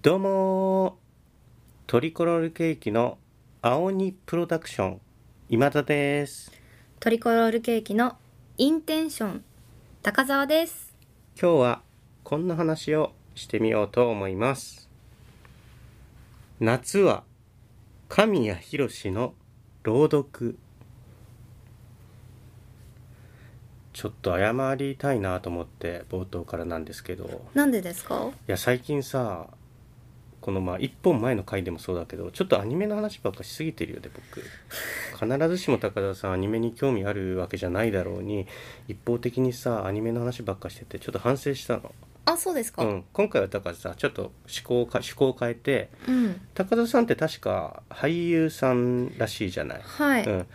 どうもートリコロールケーキの青鬼プロダクション今田ですトリコロールケーキのインテンション高澤です今日はこんな話をしてみようと思います夏は神谷博士の朗読ちょっと謝りたいなと思って冒頭からなんですけどなんでですかいや最近さこのまあ1本前の回でもそうだけどちょっとアニメの話ばっかしすぎてるよね僕必ずしも高田さんアニメに興味あるわけじゃないだろうに一方的にさアニメの話ばっかしててちょっと反省したの、あそうですかう、ん、今回はだからさちょっと思考をか思考を変えてうん高田さんって確か俳優さんらしいじゃない、はい、うん、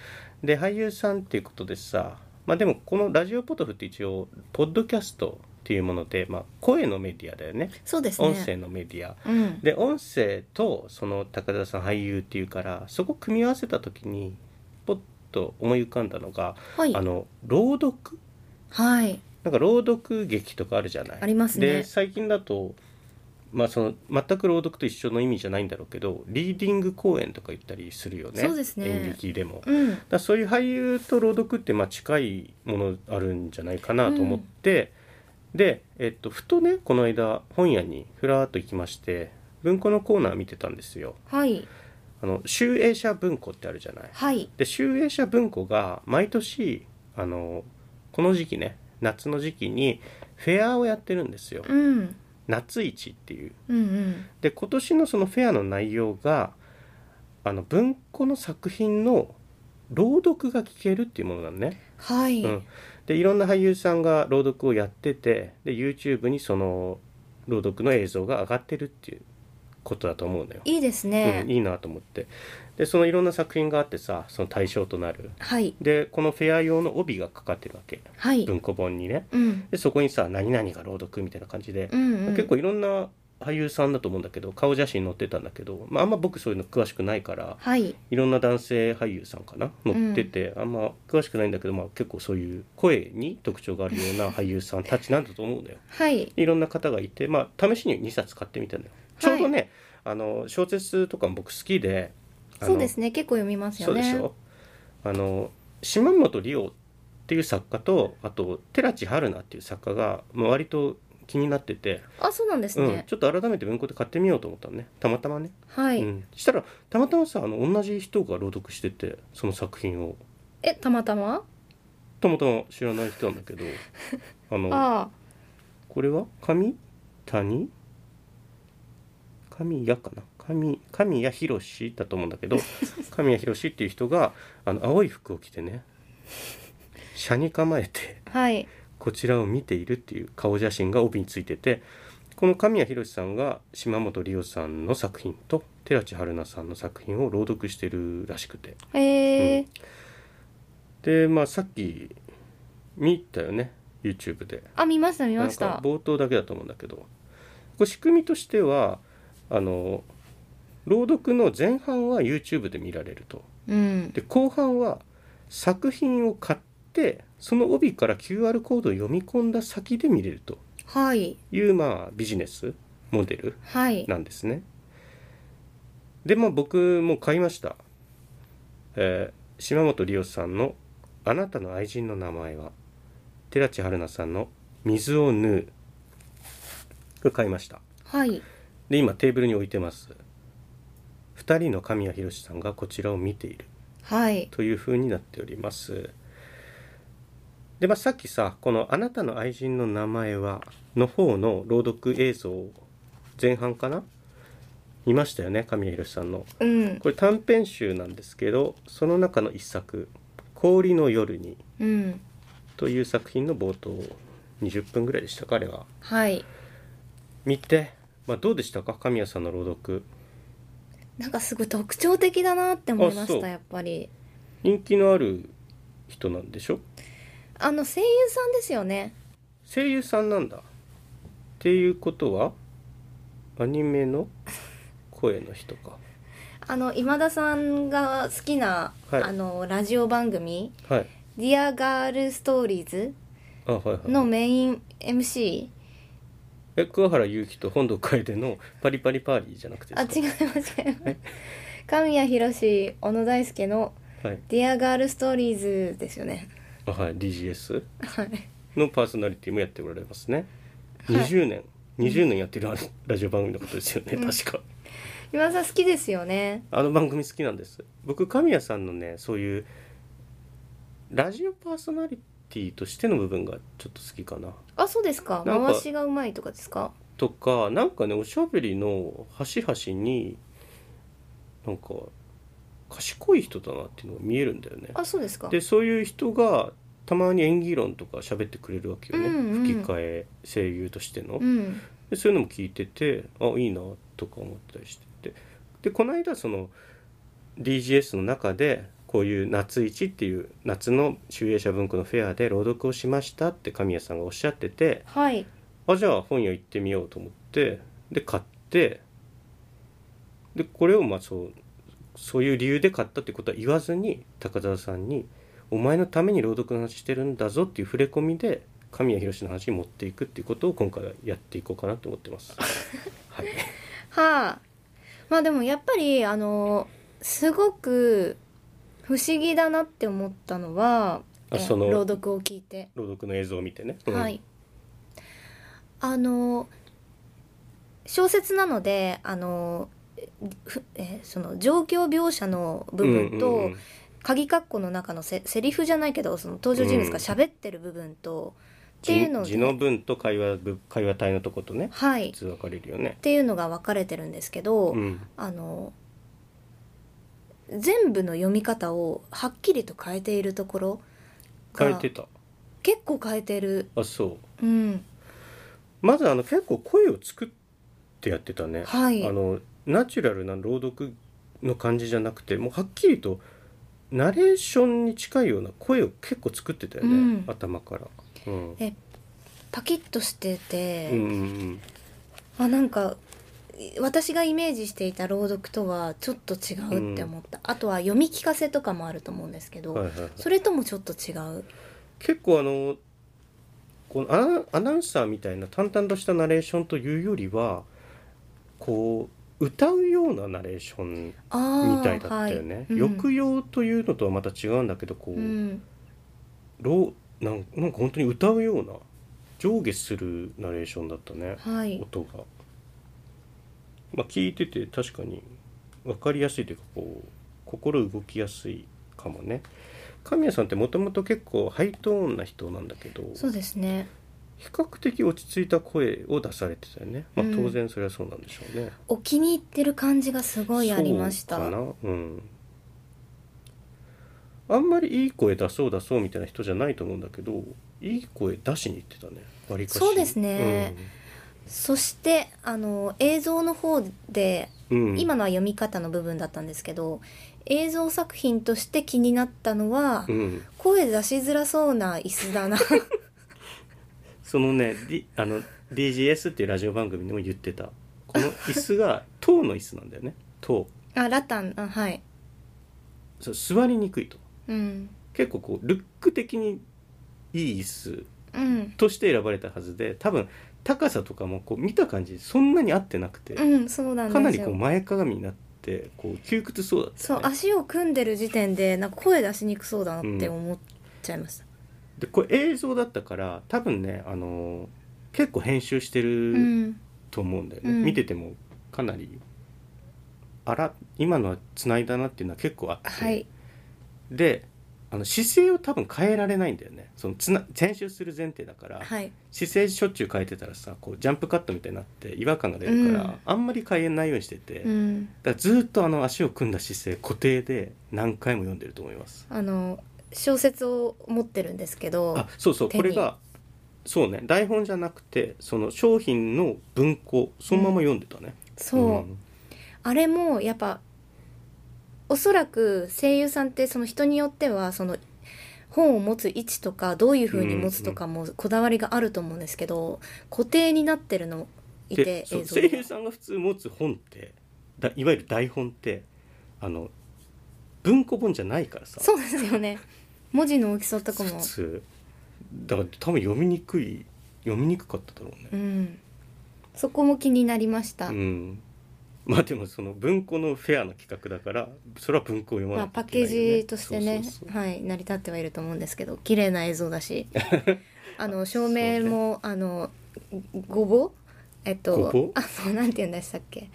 で俳優さんっていうことでさまあでもこの「ラジオポトフ」って一応ポッドキャストっていうもので、まあ、声のメディアだよねそうですね音声のメディアうんで音声とその高田さん俳優っていうからそこ組み合わせた時にポッと思い浮かんだのが、はいあの朗読はいなんか朗読劇とかあるじゃないありますねで最近だとまあその全く朗読と一緒の意味じゃないんだろうけどリーディング公演とか言ったりするよねそうですね演劇でも。うんだからそういう俳優と朗読ってまあ近いものあるんじゃないかなと思って、で、えっと、ふとねこの間本屋にふらーっと行きまして文庫のコーナー見てたんですよ。はいあの集英社文庫ってあるじゃない。はいで集英社文庫が毎年あのこの時期ね夏の時期にフェアをやってるんですよ。うんうん夏市っていう。うんで今年のそのフェアの内容があの文庫の作品の朗読が聞けるっていうものなのね。はい、うん、でいろんな俳優さんが朗読をやっててで YouTube にその朗読の映像が上がってるっていうことだと思うのよ。いいですうん、ね、いいなと思ってでそのいろんな作品があってさその対象となるはいでこのフェア用の帯がかかってるわけはい、文庫本にねうん、でそこにさ「何々が朗読」みたいな感じで、うんうん結構いろんな俳優さんだと思うんだけど顔写真載ってたんだけど、まあ、あんま僕そういうの詳しくないからはいいろんな男性俳優さんかな載ってて、あんま詳しくないんだけど、まあ、結構そういう声に特徴があるよう な俳優さんたちなんだと思うのよ。はいいろんな方がいて、まあ、試しに2冊買ってみたのよ。ちょうどねあの小説とかも僕好きであのそうですね結構読みますそようでねしょあの島本理央っていう作家とあと寺地春菜っていう作家が、まあ、割と気になってて、あそうなんですうん、ね、ちょっと改めて文庫で買ってみようと思ったのねたまたまね。はい、うん、したらたまたまさあの同じ人が朗読しててその作品をえたまたまたまたま知らない人なんだ けどあのあこれは神谷神谷かな神神谷博だと思うんだ けど神谷博っていう人があの青い服を着てね車に構えてあはいこちらを見ているっていう顔写真が帯についててこの神谷博さんが島本理央さんの作品と寺地春菜さんの作品を朗読してるらしくてえーでまあさっき見たよね YouTube であ見ました見ましなんかた冒頭だけだと思うんだけどこれ仕組みとしてはあの朗読の前半は YouTube で見られるとうんで後半は作品を買ってその帯から QR コードを読み込んだ先で見れるとはいいう、まあ、ビジネスモデルはいなんですね。でまあ僕も買いました。えー島本理央さんの「あなたの愛人の名前は」寺地春菜さんの「水を縫う」これ買いました。はいで今テーブルに置いてます。2人の神谷博さんがこちらを見ているはいという風になっております。でまあ、さっきさこの「あなたの愛人の名前は」の方の朗読映像前半かな見ましたよね神谷博さんの。うんこれ短編集なんですけどその中の一作「氷の夜にうん」という作品の冒頭20分ぐらいでしたかあれは。はい見て、まあ、どうでしたか神谷さんの朗読。なんかすごい特徴的だなって思いまあしそうたやっぱり人気のある人なんでしょあの声優さんですよね声優さんなんだっていうことはアニメの声の人 かあの今田さんが好きな、はいあのラジオ番組はい「ディアガールストーリーズあはいはいのメイン MC え桑原祐希と本堂楓のパリパリパーリーじゃなくてあで違すいかます違います神谷博史小野大輔のはい「ディアガールストーリーズですよねあはい、DGS はいのパーソナリティもやっておられますね、はい20年20年やってるあのラジオ番組のことですよね、うん確か今田さん好きですよねあの番組好きなんです僕神谷さんのねそういうラジオパーソナリティとしての部分がちょっと好きかなあそうですかなんか回しがうまいとかですかとかなんかねおしゃべりの端々になんか賢い人だなっていうのが見えるんだよねあそうですかでそういう人がたまに演技論とか喋ってくれるわけよね、うんうん吹き替え声優としての、うんでそういうのも聞いててあいいなとか思ったりしててでこの間その DGS の中でこういう「夏市」っていう夏の集英社文庫のフェアで朗読をしましたって神谷さんがおっしゃっててはいあじゃあ本屋行ってみようと思ってで買ってでこれをまあそうそういう理由で買ったってことは言わずに高澤さんに「お前のために朗読の話してるんだぞ」っていう触れ込みで神谷博史の話に持っていくっていうことを今回はやっていこうかなと思って ます。はい、はあまあでもやっぱりあのすごく不思議だなって思ったのはあえその朗読を聞いて、朗読の映像を見てね。うんはいあの小説なのであのふえその状況描写の部分と、うんうんうん鍵括弧の中のせセリフじゃないけどその登場人物が喋ってる部分と、っていうの字字の文と会話部会話体のとことねはい普っ通分かれるよね。ていうのが分かれてるんですけど、うん、あの全部の読み方をはっきりと変えているところ変えがてた結構変えてる、あそううん、まずあの結構声を作ってやってたね、はいあのナチュラルな朗読の感じじゃなくてもうはっきりとナレーションに近いような声を結構作ってたよね、うん頭から。うんえパキッとしてて、うんうんあなんかい私がイメージしていた朗読とはちょっと違うって思った、あとは読み聞かせとかもあると思うんですけうど、んはいはいはい、それともちょっと違う結構あのこのアナアナウンサーみたいな淡々としたナレーションというよりはこう歌うようなナレーションみあーたいだったよね。はいうん抑揚というのとはまた違うんだけどこう、うんろうなんなんか本当に歌うような上下するナレーションだったねはい、音が、まあ、聞いてて確かに分かりやすいというかこう心動きやすいかもね神谷さんってもともと結構ハイトーンな人なんだけどそうですね比較的落ち着いた声を出されてたよね、まあう、ん当然それはそうなんでしょうね、お気に入ってる感じがすごいありましたそうかなうんあんまりいい声出そう出そうみたいな人じゃないと思うんだけどいい声出しに行ってたね割りかしそうですね、そしてあの映像の方でうんうん今のは読み方の部分だったんですけど、映像作品として気になったのは、うん声出しづらそうな椅 子だなそのね、D、あの DGS っていうラジオ番組でも言ってたこ の椅子が塔の椅子なんだよね塔あラタンあはいそう座りにくいとうん結構こうルック的にいい椅子うんとして選ばれたはずで多分高さとかもこう見た感じそんなに合ってなくて、うんそうなんですよかなりこう前かがみになってこう窮屈そうだったそうよね、足を組んでる時点でなんか声出しにくそうだなって思っちゃいました、でこれ映像だったから多分ね、あのー結構編集してうんると思うんだよね、うん見ててもかなりあら今のはつないだなっていうのは結構あって、はいであの姿勢を多分変えられないんだよねそのつな編集する前提だから、はい姿勢しょっちゅう変えてたらさこうジャンプカットみたいになって違和感が出るから、うんあんまり変えないようにしてて、うだんからずっとあの足を組んだ姿勢固定で何回も読んでると思います。あの小説を持ってるんですけどあそうそう手こにれがそうね台本じゃなくてその商品の文庫そのまま読んでたね、そう、んあれもやっぱおそらく声優さんってその人によってはその本を持つ位置とかどういう風に持つとかもこだわりがあると思うんですけど、固定になってるのいてでそう映像声が優さんが普通持つ本ってだいわゆる台本ってあの文庫本じゃないからさそうですよね文字の大きさとかも普通だから多分読みにくい読みにくかっただろうね、うんそこも気になりました、うんまあでもその文庫のフェアな企画だからそれは文庫を読ままなあ、いパッといケけないよージとしてそねうそうそうはい、成り立ってはいると思うんですけど綺麗な映像 だしあの照明も、あのごぼうえっとごぼうあのなんて言うんでしたっけ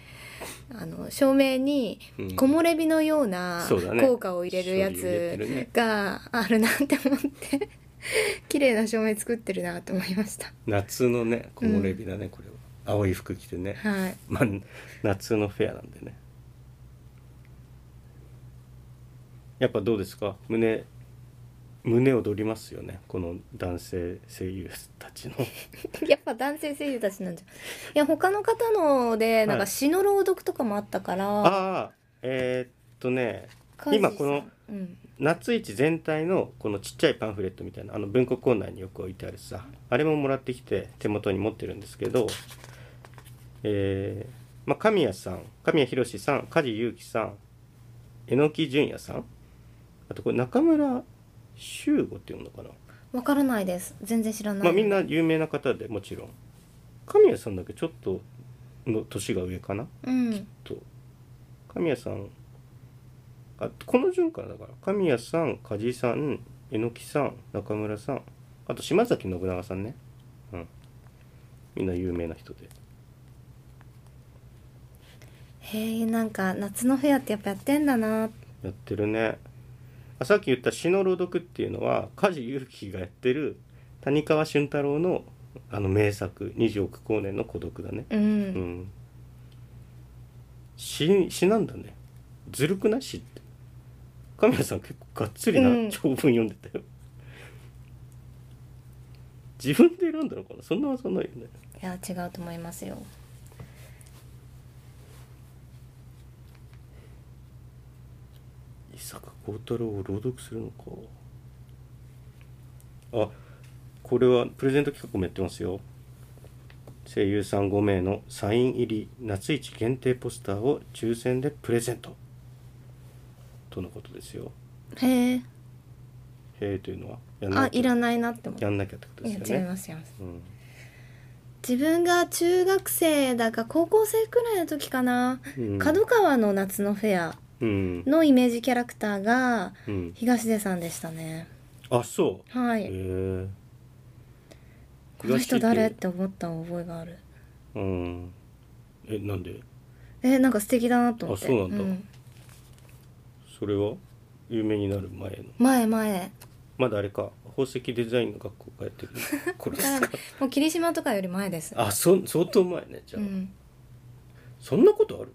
あの照明にうん木漏れ日のようなそうだね効果を入れるやそういう入れてるつねがあるなって思って 綺麗な照明作ってるなと思いました。夏のね木漏れ日だね、これは青い服着てねはいまあ夏のフェアなんでねやっぱどうですか胸胸躍りますよねこの男性声優たちのやっぱ男性声優たちなんじゃいや他の方のでなんはかい詩の朗読とかもあったから、ああえーっとねカジさん今この、うん、夏市全体のこのちっちゃいパンフレットみたいなあの文庫コーナーによく置いてあるさあれももらってきて手元に持ってるんですけど、えーまあ、神谷さん神谷博さん梶裕貴さん榎木淳也さんあとこれ中村修吾っていうのかな、わからないです全然知らない、まあ、みんな有名な方でもちろん神谷さんだけちょっとの年が上かなうんと神谷さんあこの順からだから神谷さん梶井さん榎木さん中村さんあと島崎信長さんねうんみんな有名な人でへえなんか夏のフェアってやっぱやってんだなやってるねあさっき言った詩の朗読っていうのは梶裕貴がやってる谷川俊太郎のあの名作「20億光年の孤独」だねうん、うん詩詩なんだねずるくない詩って神谷さん結構がっつりうんな長文読んでたよ、自分で選んだのかなそんなはそんないよねいや違うと思いますよ伊坂幸太郎を朗読するのかあこれはプレゼント企画もやってますよ声優さん5名のサイン入り夏市限定ポスターを抽選でプレゼントとのことですよへえへえというのはやんあなきゃいらないなって思っやたんなきゃってこといでやす違よいね。ます違いますうん、自分が中学生だか高校生くらいの時かな、うん角川の夏のフェアうん、のイメージキャラクターがうん、東出さんでしたねあ、そう。はへいえ。この人誰っ東て思った覚えがある出うん。え、なんで？えなんか素敵だなと思ってあそうなんだそれは有名になる前の。前前まだあれか、宝石デザインの学校通ってる 頃ですか。もう霧島とかより前ですあ、そ相当前ね。じゃうあ、んそんなことある？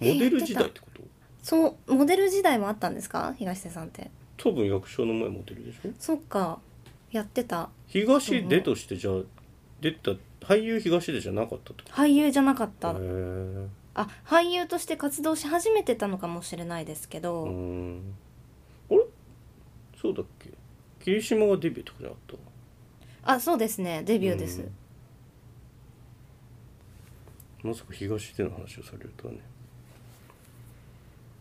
えモデル時代ってこと？そうモデル時代もあったんですか東出さんって多分役所の前モデルでしょ。そっかやってた東出としてじゃあ出た俳優東出じゃなかったってこ俳優じゃなかった、と。へえ。あ俳優として活動し始めてたのかもしれないですけど、うーんあれそうだっけ霧島がデビューとかじゃなかったあそうですねデビューです、うんまさか東出の話をされるとはね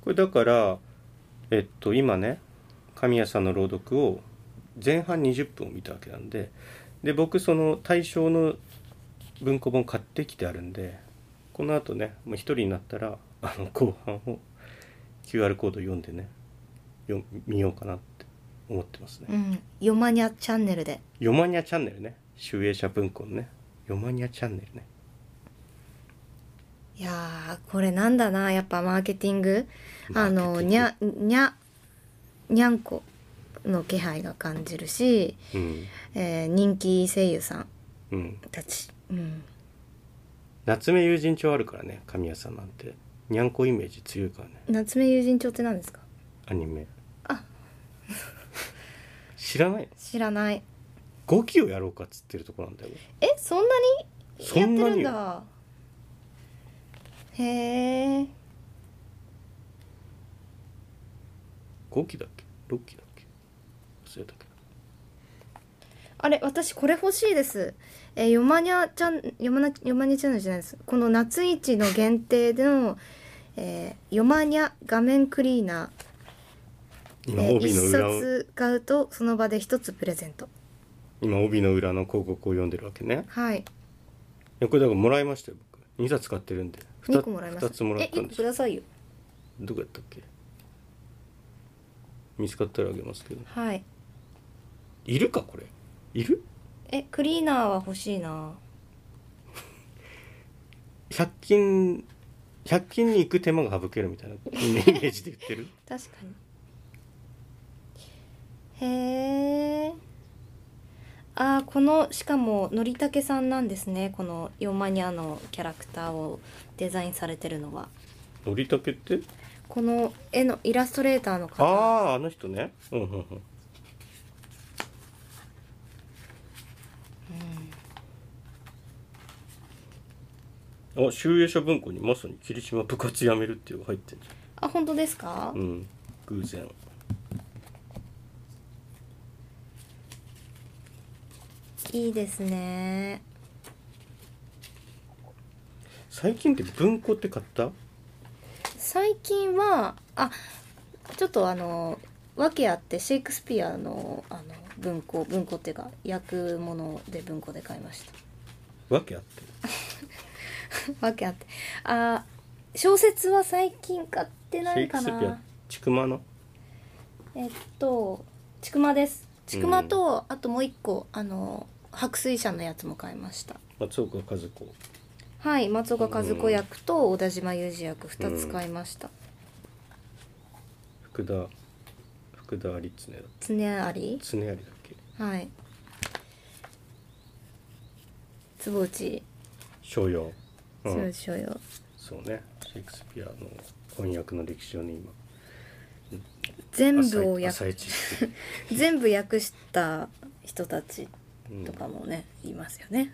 これだからえっと今ね神谷さんの朗読を前半20分を見たわけなんでで僕その対象の文庫本買ってきてあるんでこのあとねもう一人になったらあの後半を QR コード読んでねよ見ようかなって思ってますねう。ん「ヨマニャチャンネルで」ヨマニャチャンネルね集英社文庫のねヨマニャチャンネルねいやーこれなんだなやっぱマーケティングあマのーケティングにゃにゃにゃんこの気配が感じるし、うん、えー人気声優さんうん、たち、うん、夏目友人帳あるからね神谷さんなんてにゃんこイメージ強いからね夏目友人帳って何ですかアニメあ 知らない知らない5期をやろうかっつってるとこなんだよえそんなにそやっんてなるんにだへえ5期だっけ6期だっけ忘れたけどあれ私これ欲しいですえー、よまにゃちゃんよまなよまにゃチャンネルじゃないですこの夏市の限定での、えー、よまにゃ画面クリーナー、今えー、帯の一裏を冊買うとその場で一つプレゼント今帯の裏の広告を読んでるわけねはいやこれだからもらいましたよ僕2冊買ってるんで二個もらいました2つもらっえたん一で個すくださいよどこやったっけ見つかったらあげますけどはいいるかこれいるえクリーナーは欲しいな ?100 均100均に行く手間が省けるみたいなイメージで言ってる確かにへえあーこのしかものりたけさんなんですねこの「ヨマニア」のキャラクターをデザインされてるのは のりたけってこの絵のイラストレーターのあ方ああの人ねうんうんうんあ、収益者文庫にまさに霧島部活やめるっていうのが入ってんじあ本当ですかゃん。うん、偶然。いいですね最近って文庫って買った？最近はあちょっとあの訳あってシェイクスピアのあの文庫文庫っていうか訳物で文庫で買いましたわけあって。わけあってあー小説は最近買ってなシェいイクかスピアな、ちくまの。えっとちくまですちくまと、あともう一個あの白水社のやつも買いました松岡和子。はい松岡和子役と小田島裕二役2つ買いました、福田福田有常だ常有常有だっけはい坪内商用、う坪ん内翔陽そうねシェイクスピアの翻訳の歴史をね今全部を朝訳一朝一全部訳した人たちうん とかもね、いますよね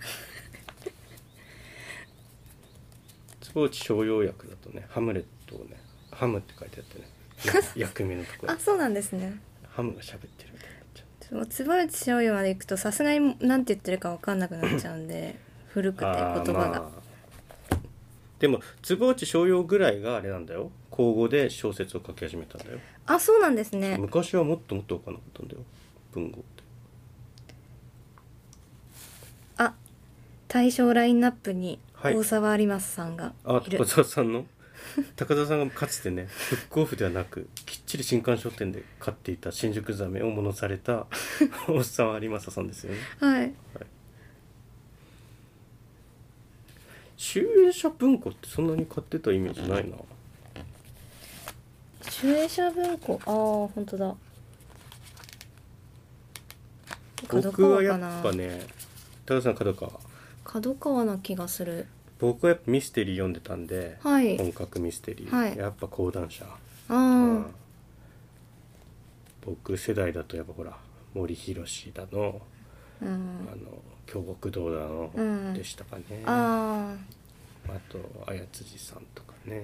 坪内商用訳だとねハムレットをねハムって書いてあ ってねや役名のところあそうなんですねハムが喋ってるみたいになっちゃちょ坪内翔陽まで行くとさすがに何て言ってるか分かんなくなっちゃうん で古くて言葉うが、あでも坪内商用ぐらいがあれなんだよ口語で小説を書き始めたんだよあそうなんですね昔はもっともっと分かんなかったんだよ文豪ってあ対象ラインナップにはい大沢有松さんがあいる、高澤さんの 高澤さんがかつてねブックオフではなくきっちり新刊書店で買っていた新宿ザメを物され たおっさん有正さんですよねはい集英社文庫ってそんなに買ってたイメージないな集英社文庫ああ本当だ僕はやっぱね高澤さん角川角川な気がする僕はやっぱミステリー読んでたんで、はい本格ミステリー、はいやっぱ講談社、あうんー僕世代だとやっぱほら森博だのうん、あの京極堂だの、うんでしたかねああと綾辻さんとかね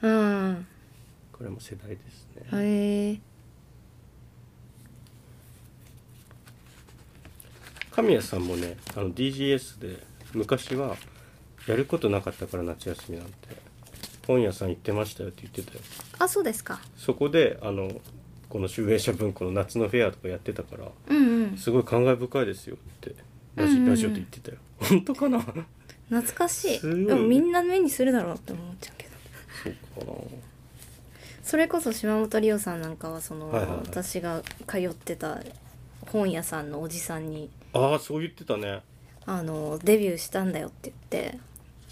あうんこれも世代ですね、へえ神谷さんもねあの DGS で昔はやることなかったから夏休みなんて本屋さん行ってましたよって言ってたよあそうですかそこであのこの集英社文庫の夏のフェアとかやってたからうんうんすごい感慨深いですよってラジ,、うんうんうんラジオで言ってたよ本当かなそうか懐かしいすごいでもみんな目にするだろうって思っちゃうけどなそれこそ島本理央さんなんかはその、はいはいはい私が通ってた本屋さんのおじさんにああそう言ってたねあのデビューしたんだよって言って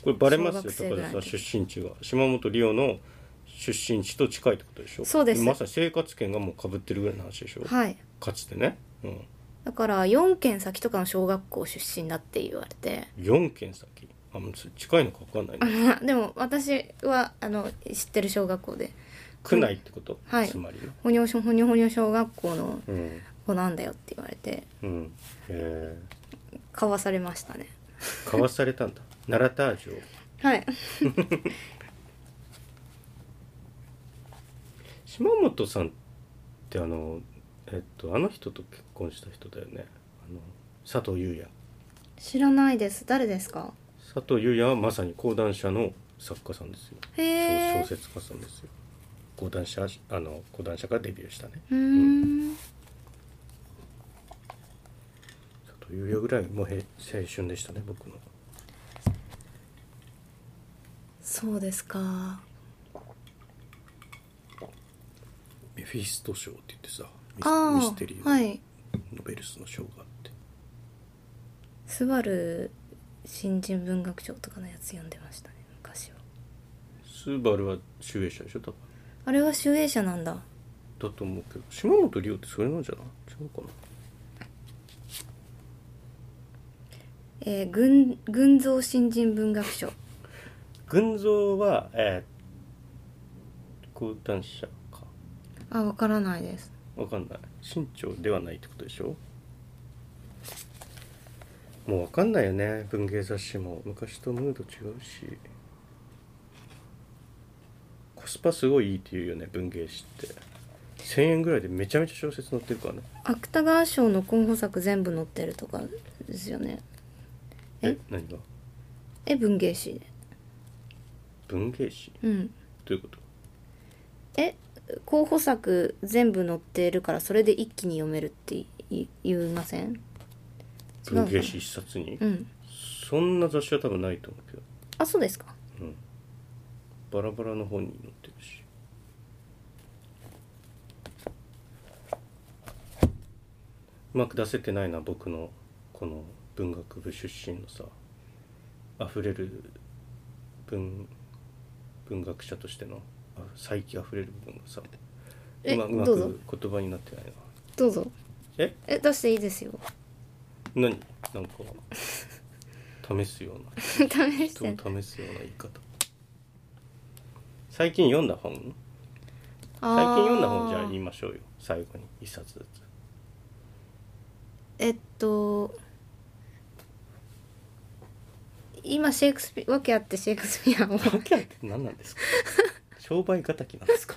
これバレます小よ学生高ぐ田らいさのん時出身地が島本リオの出身地と近いってことでしょそうですまさに生活圏がもう被ってるぐらいの話でしょ、はいかつてね、うん、だから4軒先とかの小学校出身だって言われて 4軒先あもうそれ近いのか分かんないねでも私はあの知ってる小学校で区内ってこと、はいつまりねほにょしょほにょほにょ小学校のうん子なんだよって言われてうんえかわされましたねー、交わされた んだ奈良タージュをはい島本さんってあのえっとあの人と結婚した人だよねあの佐藤優也知らないです誰ですか佐藤優也はまさに講談社の作家さんですよへ小え小説家さんですよ講談社あの講談社からデビューしたねうーん佐藤優也ぐらいもうへ青春でしたね僕のそうですかメフィスト賞って言ってさミスミあステリーあのはいノベルスの賞があって、スバル新人文学賞とかのやつ読んでましたね昔はスバルは集英社でしょ多分あれは集英社なんだだと思うけど島本理央ってそれなんじゃない違うかなえー、群群像新人文学賞群像はえー、講談社かあわからないですわかんない身長ではないってことでしょもうわかんないよね文芸雑誌も昔とムード違うしコスパすごいいいっていうよね文芸誌って1000円ぐらいでめちゃめちゃ小説載ってるからね芥川賞の候補作全部載ってるとかですよねえ何がえ文芸誌で文芸誌うんどういうことえ候補作全部載ってるからそれで一気に読めるっていい言いません違うの文芸誌一冊に、うんそんな雑誌は多分ないと思うけどあそうですかうんバラバラの本に載ってるしうまく出せてないな僕のこの文学部出身のさ溢れる文文学者としてのあ才気あふれる部分がさえうまうまどうぞく言葉になってないなどうぞええ出していいですよ 何なんか試すよう な試し人てを試すような言い方最近読んだ本あー最近読んだ本じゃあ言いましょうよ最後に一冊ずつえっと今シェイクスピア訳あってシェイクスピア を何なん ですか商売敵なんですか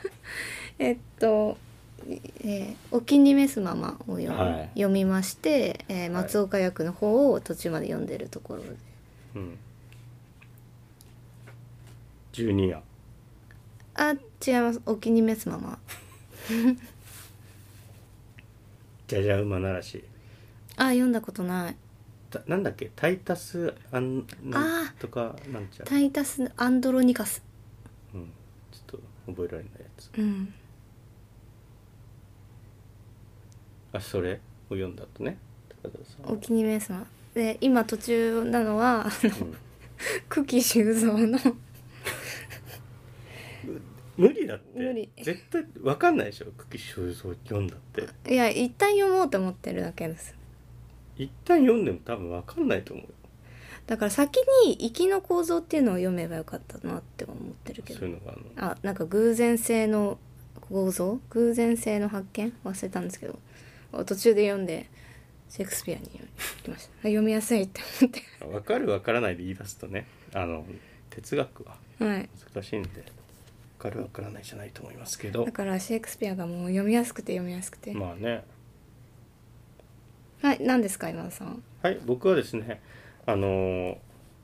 えっと、えーお気に召すまま」を読み,、はい読みまして、えーはい松岡役の方を途中まで読んでるところで、うん12夜あ違います「お気に召すままじゃじゃ馬ならし」あ読んだことないたなんだっけタイタスアンなんとかなんち「ゃらタイタス・アンドロニカスうんちょっと覚えられないやつ」うんあそれを読んだとね高田「さんお気に召すまま」で今途中な のはあのうん久喜修造の無理だって無理絶対わかんないでしょ久喜修造読んだっていや一旦読もうと思ってるだけです一旦読んでも多分わかんないと思うよだから先に「粋の構造」っていうのを読めばよかったなって思ってるけそうどいうのがあるのあなんか偶然性の構造偶然性の発見忘れたんですけど途中で読んでシェイクスピアに行きましたあ読みやすいって思って 分かる分からないで言い出すとねあの哲学ははい難しいんで分かる分からないじゃないと思いますけどだからシェイクスピアがもう読みやすくて読みやすくて、まあねはい何ですか今田さんはい僕はですねあのー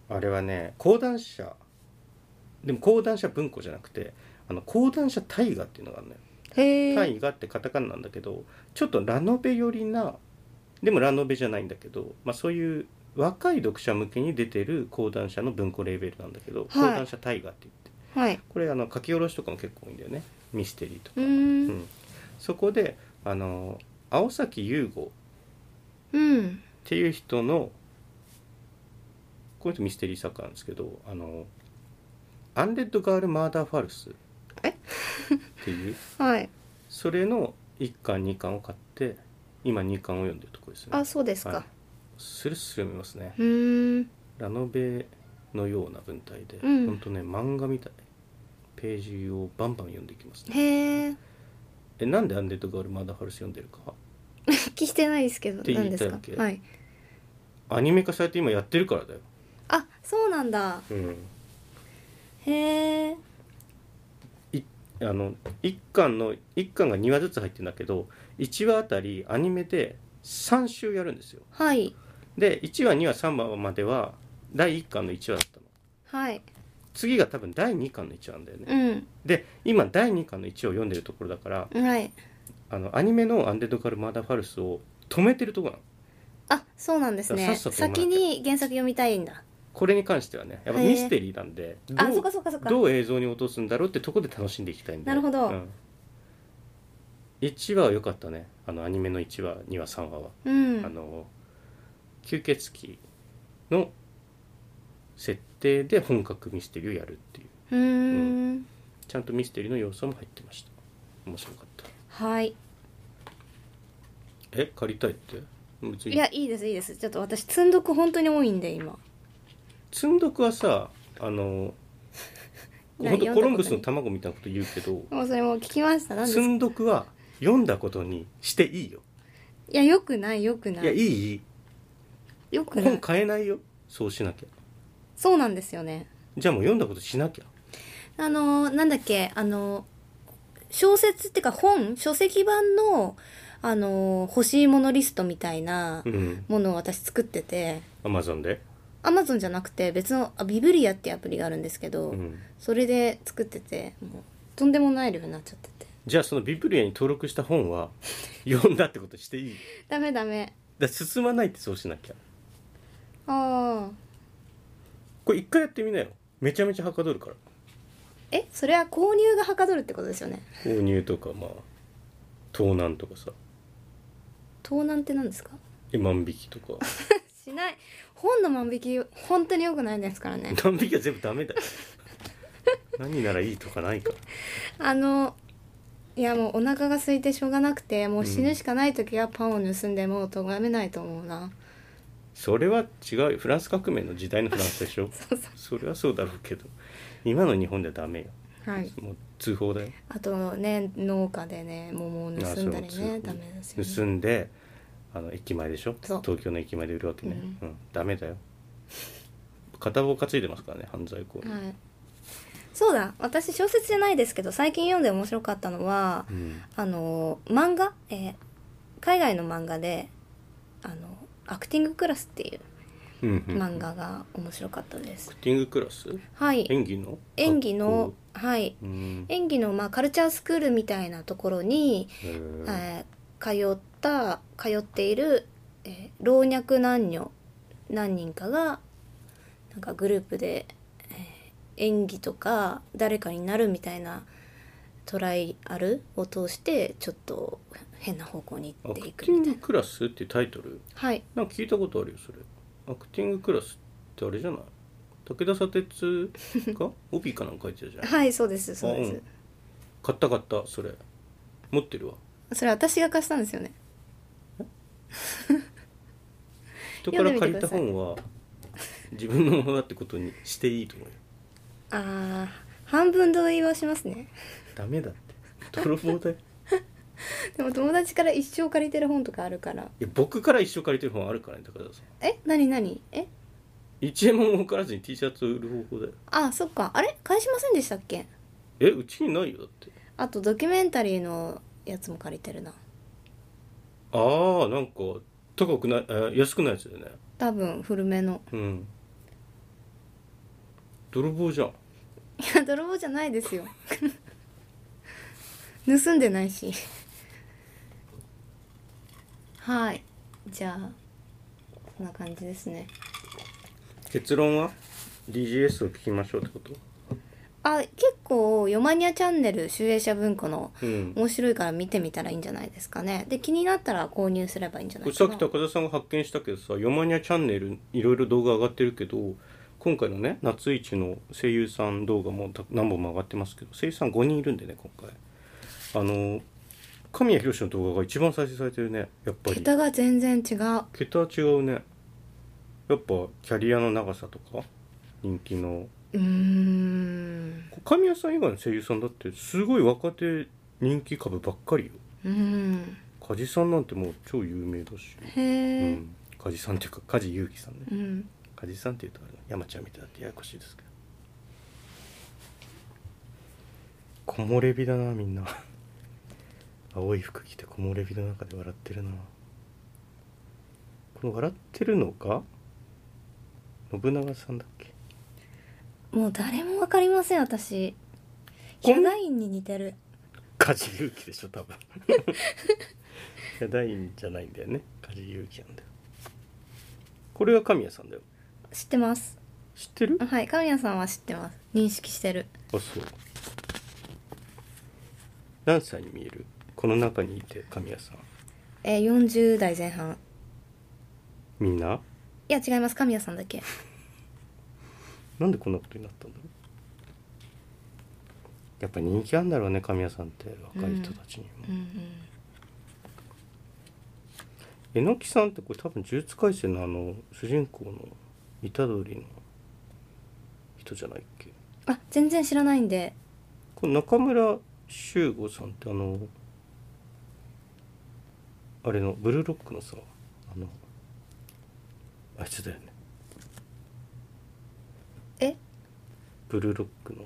あれはね講談社でも講談社文庫じゃなくてあの講談社大河っていうのがあるのよへえ、大河ってカタカナなんだけどちょっとラノベ寄りなでもラノベじゃないんだけど、まあ、そういう若い読者向けに出てる講談社の文庫レベルなんだけど、講談社大河って言ってはいこれあの書き下ろしとかも結構多いんだよねミステリーとか、うーんそこであの青崎優吾うんっていう人のこの人ミステリー作家なんですけどあのアンレッドガール・マーダー・ファルスえっていうはいそれの1巻2巻を買って今2巻を読んでるところですねあそうですか、はいスルスル読みますねうーんラノベのような文体で、うんほんとね漫画みたいページをバンバン読んでいきますねへええなんでアンデッドガールマーダーハルス読んでるか聞いてないですけどって言何いでたいすわかけはいアニメ化されて今やってるからだよ、あそうなんだうん、へえあの1巻の一巻が2話ずつ入ってるんだけど1話あたりアニメで3週やるんですよはいで1話2話3話までは第1巻の1話だったのはい次が多分第2巻の1話なんだよねうんで今第2巻の1話を読んでるところだからはいあのアニメの「アンデッドガールマーダーファルス」を止めてるところなのあそうなんですさっねさと読まなきゃ先に原作読みたいんだこれに関してはねやっぱへえミステリーなんでどあそっかうそっかそっかどう映像に落とすんだろうってとこで楽しんでいきたいんでなるほどうん、1話は良かったねあのアニメの1話2話3話は、うんあの吸血鬼の設定で本格ミステリーをやるっていううーんちゃんとミステリーの要素も入ってました面白かったはいえ借りたいって別にいやいいですいいですちょっと私積んどく本当に多いんで今積んどくはさあの 本な読んだことな当いコロンブスの卵みたいなこと言うけどもうそれも聞きましたなんです積いんどくは読んだことにしていいよやよくないよくないやいいいいいよくな本い買えないよそうしなきゃそうなんですよねじゃあもう読んだことしなきゃあのーなんだっけあのー小説っていうか本書籍版のあのー欲しいものリストみたいなうんものを私作っててアマゾンでアマゾンじゃなくて別のあビブリアっていうアプリがあるんですけど、うんそれで作っててもうとんでもない量になっちゃっててじゃあそのビブリアに登録した本は 読んだってことしていいダメダメだから進まないってそうしなきゃああこれ一回やってみなよめちゃめちゃはかどるからえそれは購入がはかどるってことですよね購入とかまあ盗難とかさ盗難って何ですかえ万引きとかしない本の万引き本当に良くないですから ね万引きは全部ダメだよ何ならいいとかないからあのいやもうお腹が空いてしょうがなくてもう死ぬしかない時はパンを盗んでもうとがめないと思うな、それは違うよフランス革命の時代のフランスでしょそうそそれはそうだろうけど今の日本ではダメよ、うはいもう通報だよあとね農家でね桃を盗んだりあそうねダメですよね盗んであの駅前でしょそう東京の駅前で売るわけねううん、ダメだよ片棒担いでますからね犯罪行為、はい、そうだ私小説じゃないですけど最近読んで面白かったのはうん、あの漫画、えー海外の漫画であのアクティングクラスっていううんうんうん漫画が面白かったですクッ。ティングクラスはい、演技の演技の学はい校うん演技のまあカルチャースクールみたいなところに、へーえー通った通っている、えー老若男女何人かがなんかグループで、えー演技とか誰かになるみたいなトライアルを通してちょっと変な方向に行アっクていテくィみンたいグな。クラスっていうタイトルはい、なんか聞いたことあるよそれアクティングクラスってあれじゃない武田砂鉄 が帯かなんか書いてたじゃんはい、そうですそうです、うん買った買ったそれ持ってるわそれ私が貸したんですよね人から読んで借みりてくたださい本は自分のものだってことにしていいと思うよああ半分同意はしますね ダメだって泥棒だよでも友達から一生借りてる本とかあるからいや僕から一生借りてる本あるからね高田さんえ何何え1円も儲からずに T シャツを売る方法だよあそっかあれ返しませんでしたっけえうちにないよだってあとドキュメンタリーのやつも借りてるなああなんか高くない、えー安くないやつだよね多分古めのうん泥棒じゃんいや泥棒じゃないですよ 盗んでないしはいじゃあこんな感じですね結論は DGS を聞きましょうってことあ結構「ヨマニアチャンネル集英社文庫」のうんこ面白いから見てみたらいいんじゃないですかねで気になったら購入すればいいんじゃないれかさなっき高田さんが発見したけどさ「ヨマニアチャンネル」いろいろ動画上がってるけど今回のね夏一の声優さん動画もた何本も上がってますけど声優さん5人いるんでね今回あの神谷博の動画が一番再生されてるねやっぱり桁が全然違う桁は違うねやっぱキャリアの長さとか人気のうーん神谷さん以外の声優さんだってすごい若手人気株ばっかりようーん梶さんなんてもう超有名だし、へうえん、梶さんっていうか梶裕貴さんねうん梶さんっていうとあれ山ちゃんみたいだってややこしいですけど木漏れ日だなみんな青い服着て木漏れ日の中で笑ってるなこの笑ってるのが信長さんだっけもう誰もわかりません私ヒこんャダインに似てる梶裕貴でしょ多分 いや大じゃないんだよね梶裕貴なんだよこれが神谷さんだよ知ってます知ってるはい神谷さんは知ってます認識してるあそう何歳に見えるこの中にいて神谷さんえー、40代前半みんないや違います神谷さんだけなんでこんなことになったんだろうやっぱ人気あんだろうね神谷さんって若い人たちにも、うんえのきさんってこれ多分呪術廻戦のあの主人公の虎杖の人じゃないっけうんあ全然知らないんでこの中村修吾さんってあのあれのブルーロックのさあのあいつだよねえブルーロッ クの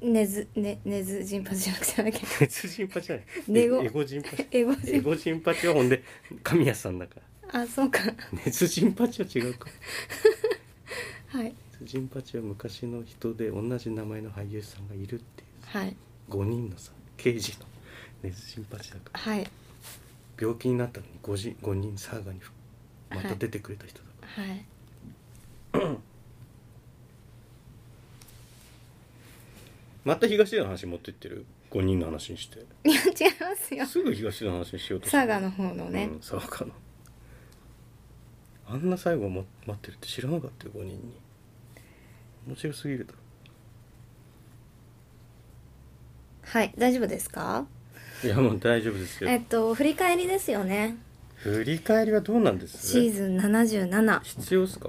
根津ね根津ジンパチじゃなくてなんだっけ鉄人パチじゃないネゴエゴ人パチ英語エゴ人パチはほんで神谷さんだからあそうか熱人パチは違うかはい熱人パチは昔の人で同じ名前の俳優さんがいるっていうはい5人のさ刑事の熱人パチだからはい病気になったのに 5, 人5人サーガにふまはたい出てくれた人だかはいら、また東出の話持ってってる5人の話にしていや違いますよすぐ東出の話にしようとしてサーるガの方のね、うん、サーガのあんな最後も待ってるって知らなかったよ5人に面白すぎるだろはい大丈夫ですかいやもう大丈夫ですよえっと振り返りですよね振り返りはどうなんですシーズン77必要ですか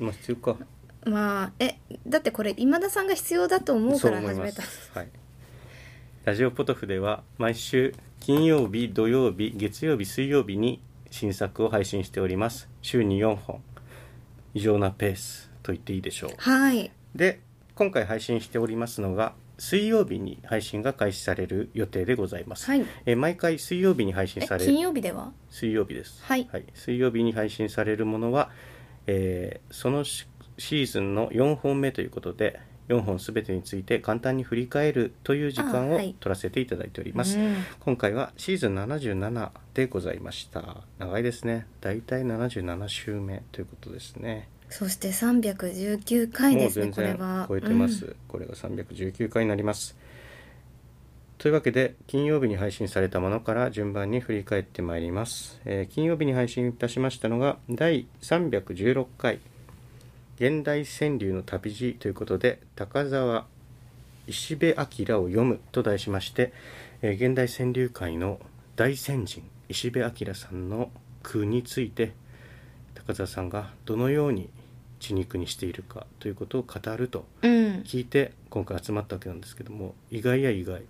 まあ必要かまあえだってこれ今田さんが必要だと思うからそう思始いめまたすはいラジオポトフでは毎週金曜日土曜日月曜日水曜日に新作を配信しております週に4本異常なペースと言っていいでしょうはいで今回配信しておりますのが水曜日に配信が開始される予定でございます、はいえー毎回水曜日に配信えされる金曜日では水曜日です、はい水曜日に配信されるものは、えーそのしシーズンの4本目ということで4本すべてについて簡単に振り返るという時間あをは取いらせていただいております、うん今回はシーズン77でございました長いですねだいたい77週目ということですねそして319回もでうすね全これ然は超えてます、うんこれが319回になりますというわけで金曜日に配信されたものから順番に振り返ってまいります、えー金曜日に配信いたしましたのが第316回「現代川柳の旅路」ということで高沢石部明を読むと題しまして、えー現代川柳界の大先人石部明さんの句について高澤さんがどのように血肉にしているかということを語るとうん聞いて今回集まったわけなんですけども意外や意外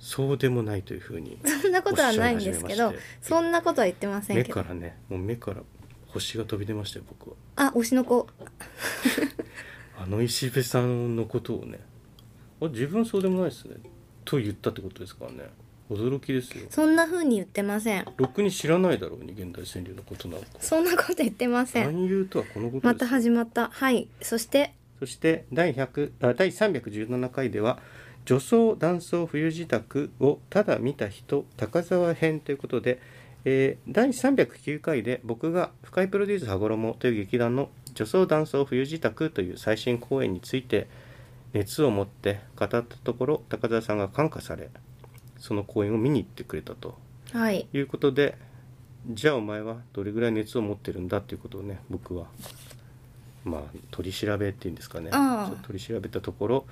そうでもないというふうにそんなことはないんですけおっどしゃい始めましてそんなことは言ってませ目んけかどらねもう目から星が飛び出ましたよ僕はあ推しの子あの石部さんのことをねあ自分そうでもないですねと言ったってことですからね驚きですよそんな風に言ってませんろくに知らないだろうに現代川柳のことなんかそんなこと言ってません男優とはこのことですよまた始まったはいそしてそして第100あ第317回では「女装男装冬支度をただ見た人高沢編」ということで、えー第309回で僕が「深井プロデュース羽衣」という劇団の「女装男装冬支度」という最新公演について熱を持って語ったところ高沢さんが感化されその公演を見に行ってくれたとはいいうことでじゃあお前はどれぐらい熱を持ってるんだっていうことをね僕はまあ取り調べっていうんですかねああそう取り調べたところ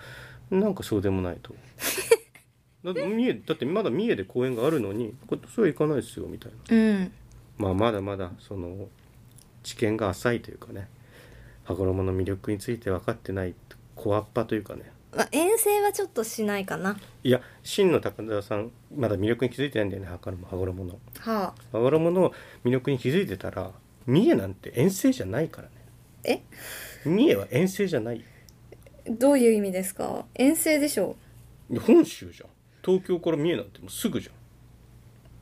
なんかそうでも ないとだって三重だってまだ三重で公演があるのにこそれは行かないですよみたいなうんまあまだまだその知見が浅いというかね羽衣の魅力について分かってない小っぱというかねまあ遠征はちょっとしないかないや真の高田さんまだ魅力に気づいてないんだよね羽衣羽衣の。はあ羽衣の魅力に気づいてたら三重なんて遠征じゃないからねえ三重は遠征じゃないどういう意味ですか遠征でしょ本州じゃん東京から三重なんてもうすぐじ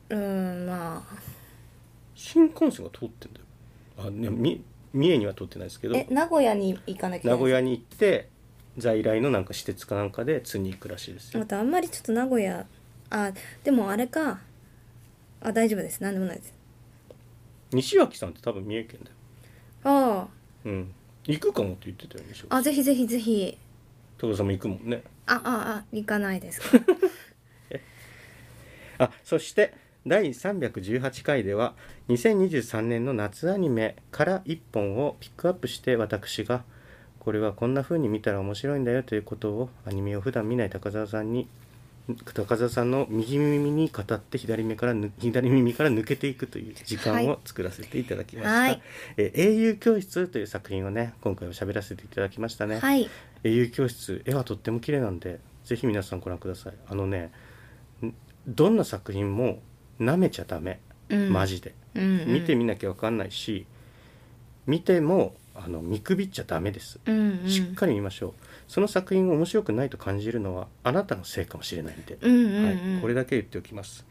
ゃんううんまあ新幹線が通ってんだよあねみ三重には通ってないですけどえ名古屋に行かなきゃいけな名い古屋に行って在来のなんか私鉄かなんかで釣りに行くらしいですまよたあんまりちょっと名古屋あでもあれかあ大丈夫です何でもないです西脇さんって多分三重県だよああうん行くかもって言ってたよねあぜひぜひぜひ所さんも行くもんねあああ行かないですかあそして第318回では2023年の夏アニメから1本をピックアップして私がこれはこんな風に見たら面白いんだよということをアニメを普段見ない高澤さんに高澤さんの右耳に語って左目からぬ左耳から抜けていくという時間を作らせていただきました、はいえー英雄教室という作品をね今回は喋らせていただきましたね、はい英雄教室絵はとっても綺麗なんでぜひ皆さんご覧くださいあのねんどんな作品も舐めちゃダメ、うんマジでうんうん見てみなきゃ分かんないし見てもあの見くびっちゃダメですうんうんしっかり見ましょう、その作品を面白くないと感じるのはあなたのせいかもしれないんで、うんうんうんはい、これだけ言っておきます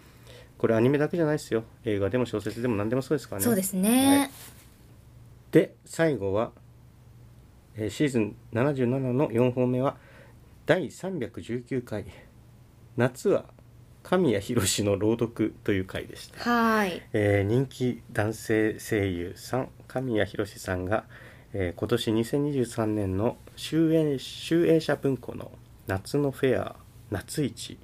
これアニメだけじゃないですよ映画でも小説でも何でもそうですからねそうですね、で最後は、えーシーズン77の4本目は第319回「夏は神谷博の朗読」という回でした、はーいえー人気男性声優さん神谷博さんが、えー今年2023年の集英集英社文庫の夏のフェア夏市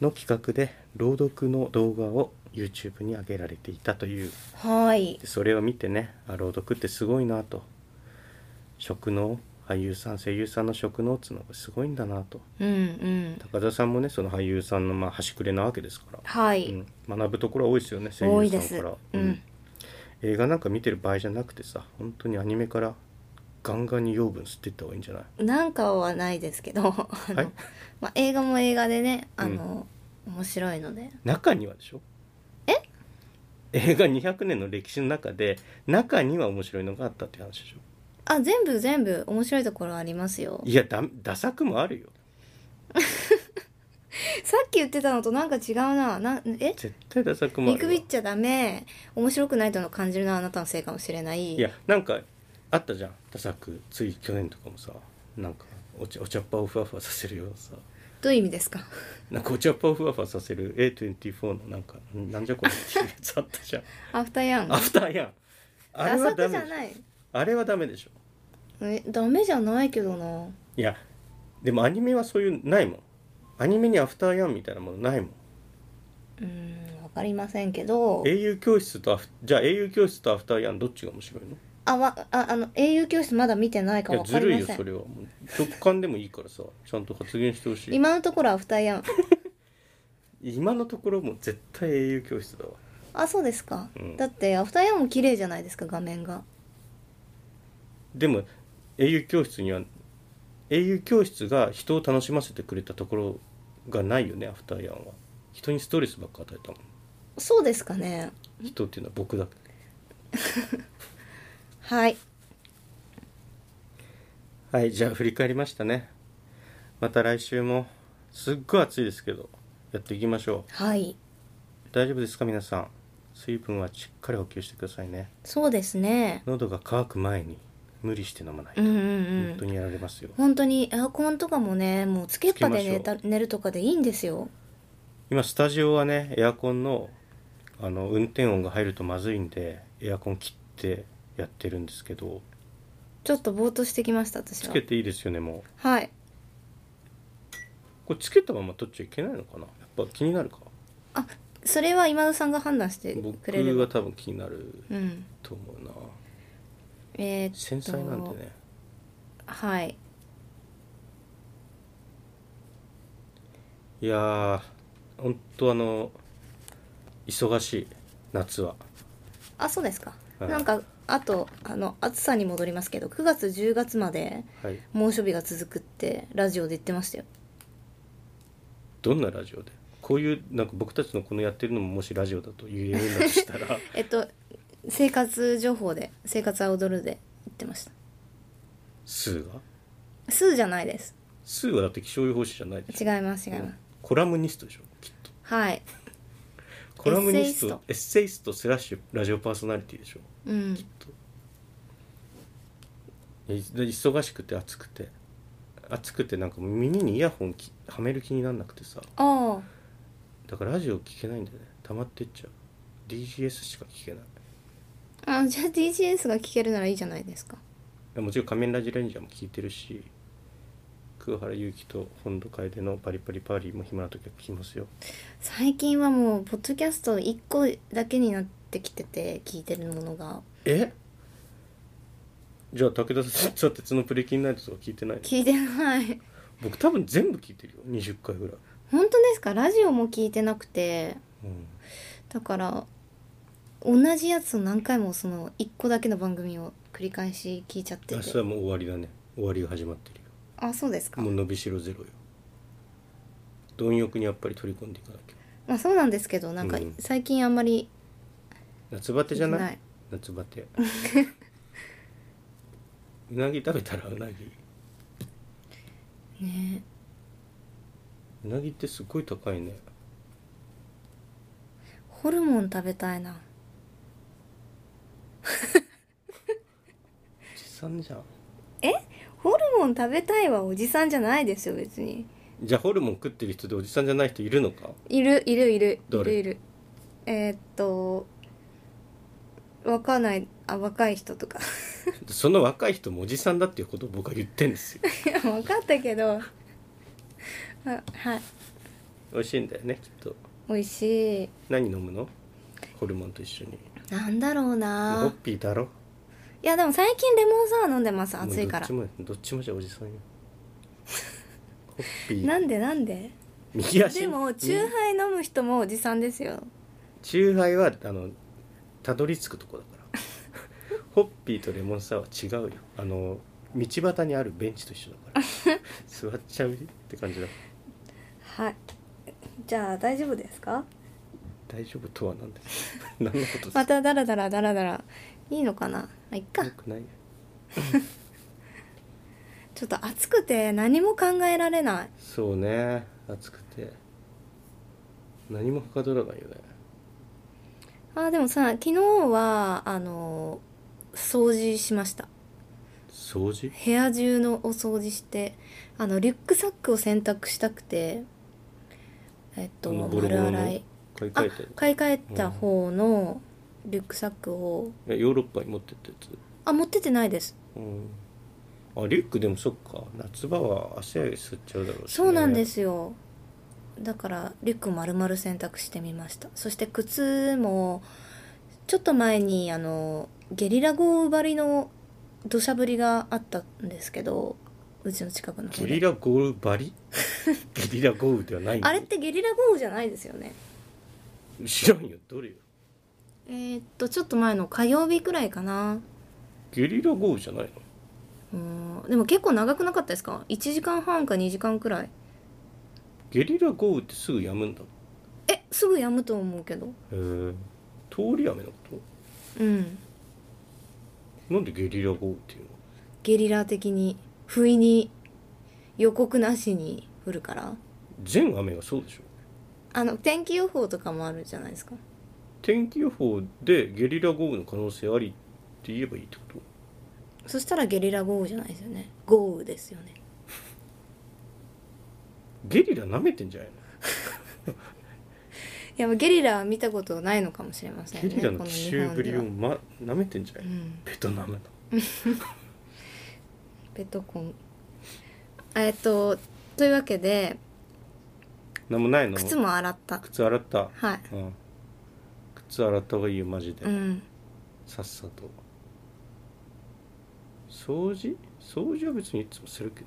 の企画で朗読の動画を YouTube に上げられていたというはーいでそれを見てねあ朗読ってすごいなと職能俳優さん声優さんの職能っつうのがすごいんだなとうんうん高田さんもねその俳優さんのまあ端くれなわけですから、はい、うん、学ぶところは多いですよね声多い優でさんすから、うん映画なんか見てる場合じゃなくてさ本当にアニメからガンガンに養分吸っていった方がいいんじゃないなんかはないですけどあの、はいまあ、映画も映画でねあの、面白いので中にはでしょえ映画200年の歴史の中で中には面白いのがあったって話でしょあ全部全部面白いところありますよいやだダサくもあるよさっき言ってたのとなんか違うななえ絶対ダサくもあ見るくわびっちゃダメ面白くないとの感じるのはあなたのせいかもしれないいやなんかあったじゃんダサくつい去年とかもさなんかお茶お茶っ葉をふわふわさせるようなさどういう意味ですか なんかお茶っ葉をふわふわさせる A24 のなんかんなんじゃこれっていうやつあった じゃんアフターヤンアフターやんあダれはサダくじメでしゃょないあれはダメでしょえダメじゃないけどないやでもアニメはそういうないもんアニメにアフターヤンみたいなものないもんうーんわかりませんけど英雄教室とアフじゃあ英雄教室とアフターヤンどっちが面白いのあわああの英雄教室まだ見てないかいやわずかるりいまよせそんれはもう直感でもいいからさちゃんと発言してほしい今のところアフターヤン今のところもう絶対英雄教室だわあそうですか、うんだってアフターヤンも綺麗じゃないですか画面がでも英雄教室には英雄教室が人を楽しませてくれたところがないよねアフターヤンは人にストレスばっか与えたもんそうですかね人っていうのは僕だけはいはいじゃあ振り返りましたねまた来週もすっごい暑いですけどやっていきましょはい。う大丈夫ですか皆さん水分はしっかり補給してくださいねそうですね。喉が渇く前に無理して飲まないとうんうん本う当ん。にやられますよ本当にエアコンとかもね、もうつけっぱで寝たつ寝るとかでいいんですよ。今スタジオはねエアコンのあの運転音が入るとまずいんでエアコン切ってやってるんですけどちょっとぼーっとしてきました私つはけ。ていいですよねもはい。うこれつけたまま取っちゃいけないのかなやっぱ気になるかあ、それは今田さんが判断してくれ僕るは。多分気になるうん。と思うなえーっと。繊細なんでねはい。いやー本当あの忙しい夏はあ、そうですか。はいなんかあとあの暑さに戻りますけど、9月10月まではい猛暑日が続くってラジオで言ってましたよ。どんなラジオでこういうなんか僕たちのこのやってるのももしラジオだと言えるんだとした らえっと生活情報で生活は踊るで言ってました。数が数じゃないです。数はだって気象予報士じゃないでしょ違います違います、コラムニストでしょきっとはいコラムニストエエッセイストスラッシュラジオパーソナリティでしょうんいで忙しくて暑くて暑くてなんかもう耳にイヤホンきはめる気になんなくてさああだからラジオ聞けないんだよね溜まってっちゃう DGS しか聞けないあじゃあ DGS が聴けるならいいじゃないですかもちろん「仮面ライジレンジャー」も聴いてるし空原祐希と本土楓の「パリパリパーリー」も暇な時は聴きますよ最近はもうポッドキャスト1個だけになってきてて聞いてるものがえじゃあ武田さん「さ鉄のプレキンナイト」とか聞いてないの聞いてない 僕多分全部聞いてるよ20回ぐらい、本当ですかラジオも聞いてなくてうん、だから同じやつを何回もその1個だけの番組を繰り返し聞いちゃって明日てはもう終わりだね終わりが始まってるよあそうですかもう伸びしろゼロよ貪欲にやっぱり取り込んでいかなきゃまあそうなんですけどなんかうん最近あんまり夏バテじゃないない夏バ テうなぎ食べたらうなぎねうなぎってすごい高いねホルモン食べたいなおじさんじゃんホルモン食べたいはおじさんじゃないですよ別にじゃあホルモン食ってる人でおじさんじゃない人いるのかいるいるいるい誰るいるえーっとわかんないあ若い人とか その若い人もおじさんだっていうことを僕は言ってん ですよいや分かったけどあ はい美味しいんだよねきっと美味しい何飲むのホルモンと一緒になんだろうホッなピーだろいやでも最近レモンサワー飲んでます暑いからもうどっちもどっちもじゃおじさ んよホッピーなんでなんで右足でもチューハイ飲む人もおじさんですよチューハイはあのたどり着くとこだから ホッピーとレモンサワーは違うよあの道端にあるベンチと一緒だ から座っちゃうって感じだはいじゃあ大丈夫ですか大丈夫とは 何です何のことですまたダラダラダラダラいいのかなあいっかよくないよちょっと暑くて何も考えられないそうね暑くて何もはかどらないよねあーでもさ昨日はあの掃除しました掃除部屋中のお掃除してあのリュックサックを洗濯したくてえっとあのボロボロ丸の洗い買いあ替えて買い替えた方のリュックサックをえヨーロッパに持ってったやつあ持っててないですうんあリュックでもそっか夏場は汗吸っちゃうだろうしね、そうなんですよだからリュック丸々洗濯してみましたそして靴もちょっと前にあのゲリラ豪雨張りの土砂降りがあったんですけどうちの近くの方ゲでリラ豪雨ば りゲリラ豪雨ではないあれってゲリラ豪雨じゃないですよね知らんよどれよえーっとちょっと前の火曜日くらいかなゲリラ豪雨じゃないのうーんでも結構長くなかったですか1時間半か2時間くらいゲリラ豪雨ってすぐ止むんだえすぐやむと思うけどへえ通り雨のこうんとなんでゲリラ豪雨っていうのゲリラ的に不意に予告なしに降るから全雨がそうでしょあの天気予報とかもあるじゃないですか天気予報でゲリラ豪雨の可能性ありって言えばいいってことそしたらゲリラ豪雨じゃないですよね豪雨ですよねゲリラ舐めてんじゃないいやゲリラは見たことないのかもしれませんのねゲリラのこ奇日襲本ぶでりはを、ま、舐めてんじゃなういんベトナムのベトコンえっとというわけでなんもないの靴も洗った靴洗ったはいうん靴洗った方がいいよマジで、うんさっさと掃除掃除は別にいつもするけど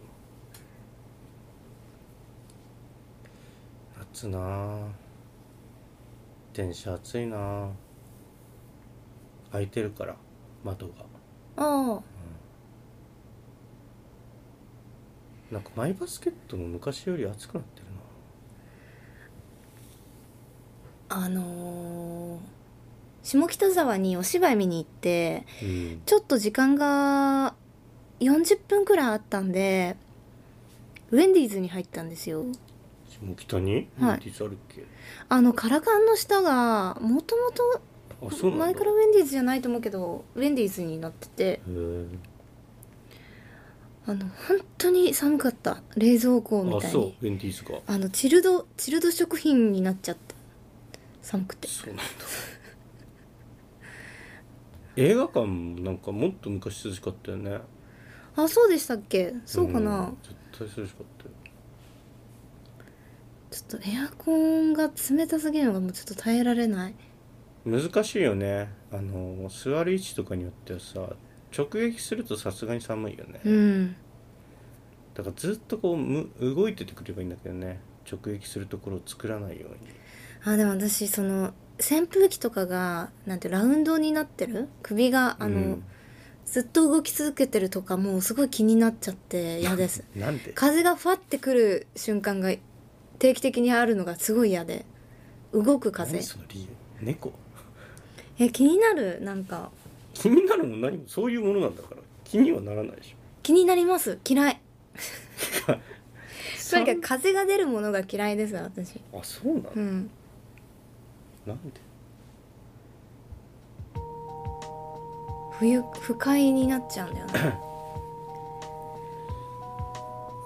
夏なあ電車暑いなあ開いてるから窓がああなんかマイバスケットも昔より暑くなってるなあのー下北沢にお芝居見に行ってうんちょっと時間が40分くらいあったんでウェンディーズに入ったんですよ下北に、はいディズあるっけあのカラカンの下がもともとあそうなんだ前からウェンディーズじゃないと思うけどウェンディーズになっててへえあの本当に寒かった冷蔵庫みあたいそにうウェンディーズがあのチルドチルド食品になっちゃった寒くてそうなんだ映画館もなんかもっと昔涼しかったよねあそうでしたっけそうかな、ん絶対涼しかったよちょっとエアコンが冷たすぎるのがもうちょっと耐えられない難しいよねあの座る位置とかによってはさ直撃するとさすがに寒いよね、うんだからずっとこうむ動いててくればいいんだけどね直撃するところを作らないようにあでも私その扇風機とかがなんてラウンドになってる首があの、うんずっと動き続けてるとかもうすごい気になっちゃって嫌です なんで風がファってくる瞬間が定期的にあるのがすごい嫌で動く風何その理由猫え気になるなんか気になるも何もそういうものなんだから気にはならないでしょ気になります嫌いとにかく風が出るものが嫌いです私あそうなの、うんなんで冬不快になっちゃうんだよ ね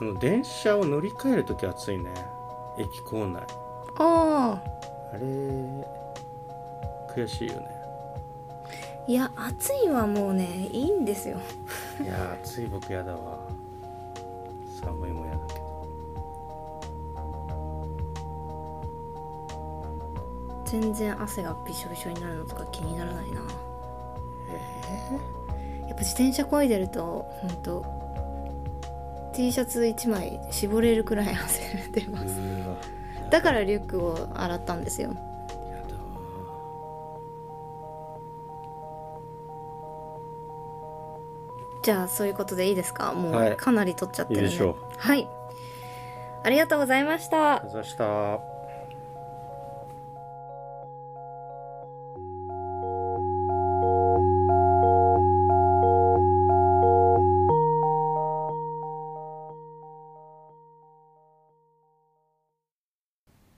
あの電車を乗り換える時暑いね駅構内あああれ悔しいよねいや暑いはもうねいいんですよいやー暑い僕やだわ寒いもやだけど全然汗がびしょびしょになるのとか気にならないなやっぱ自転車こいでるとほんと T シャツ1枚絞れるくらい汗が出ますーわだからリュックを洗ったんですよやだわじゃあそういうことでいいですかもはういかなり取っちゃってるね、いいでしょはいありがとうございましたありがとうございました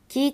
聞い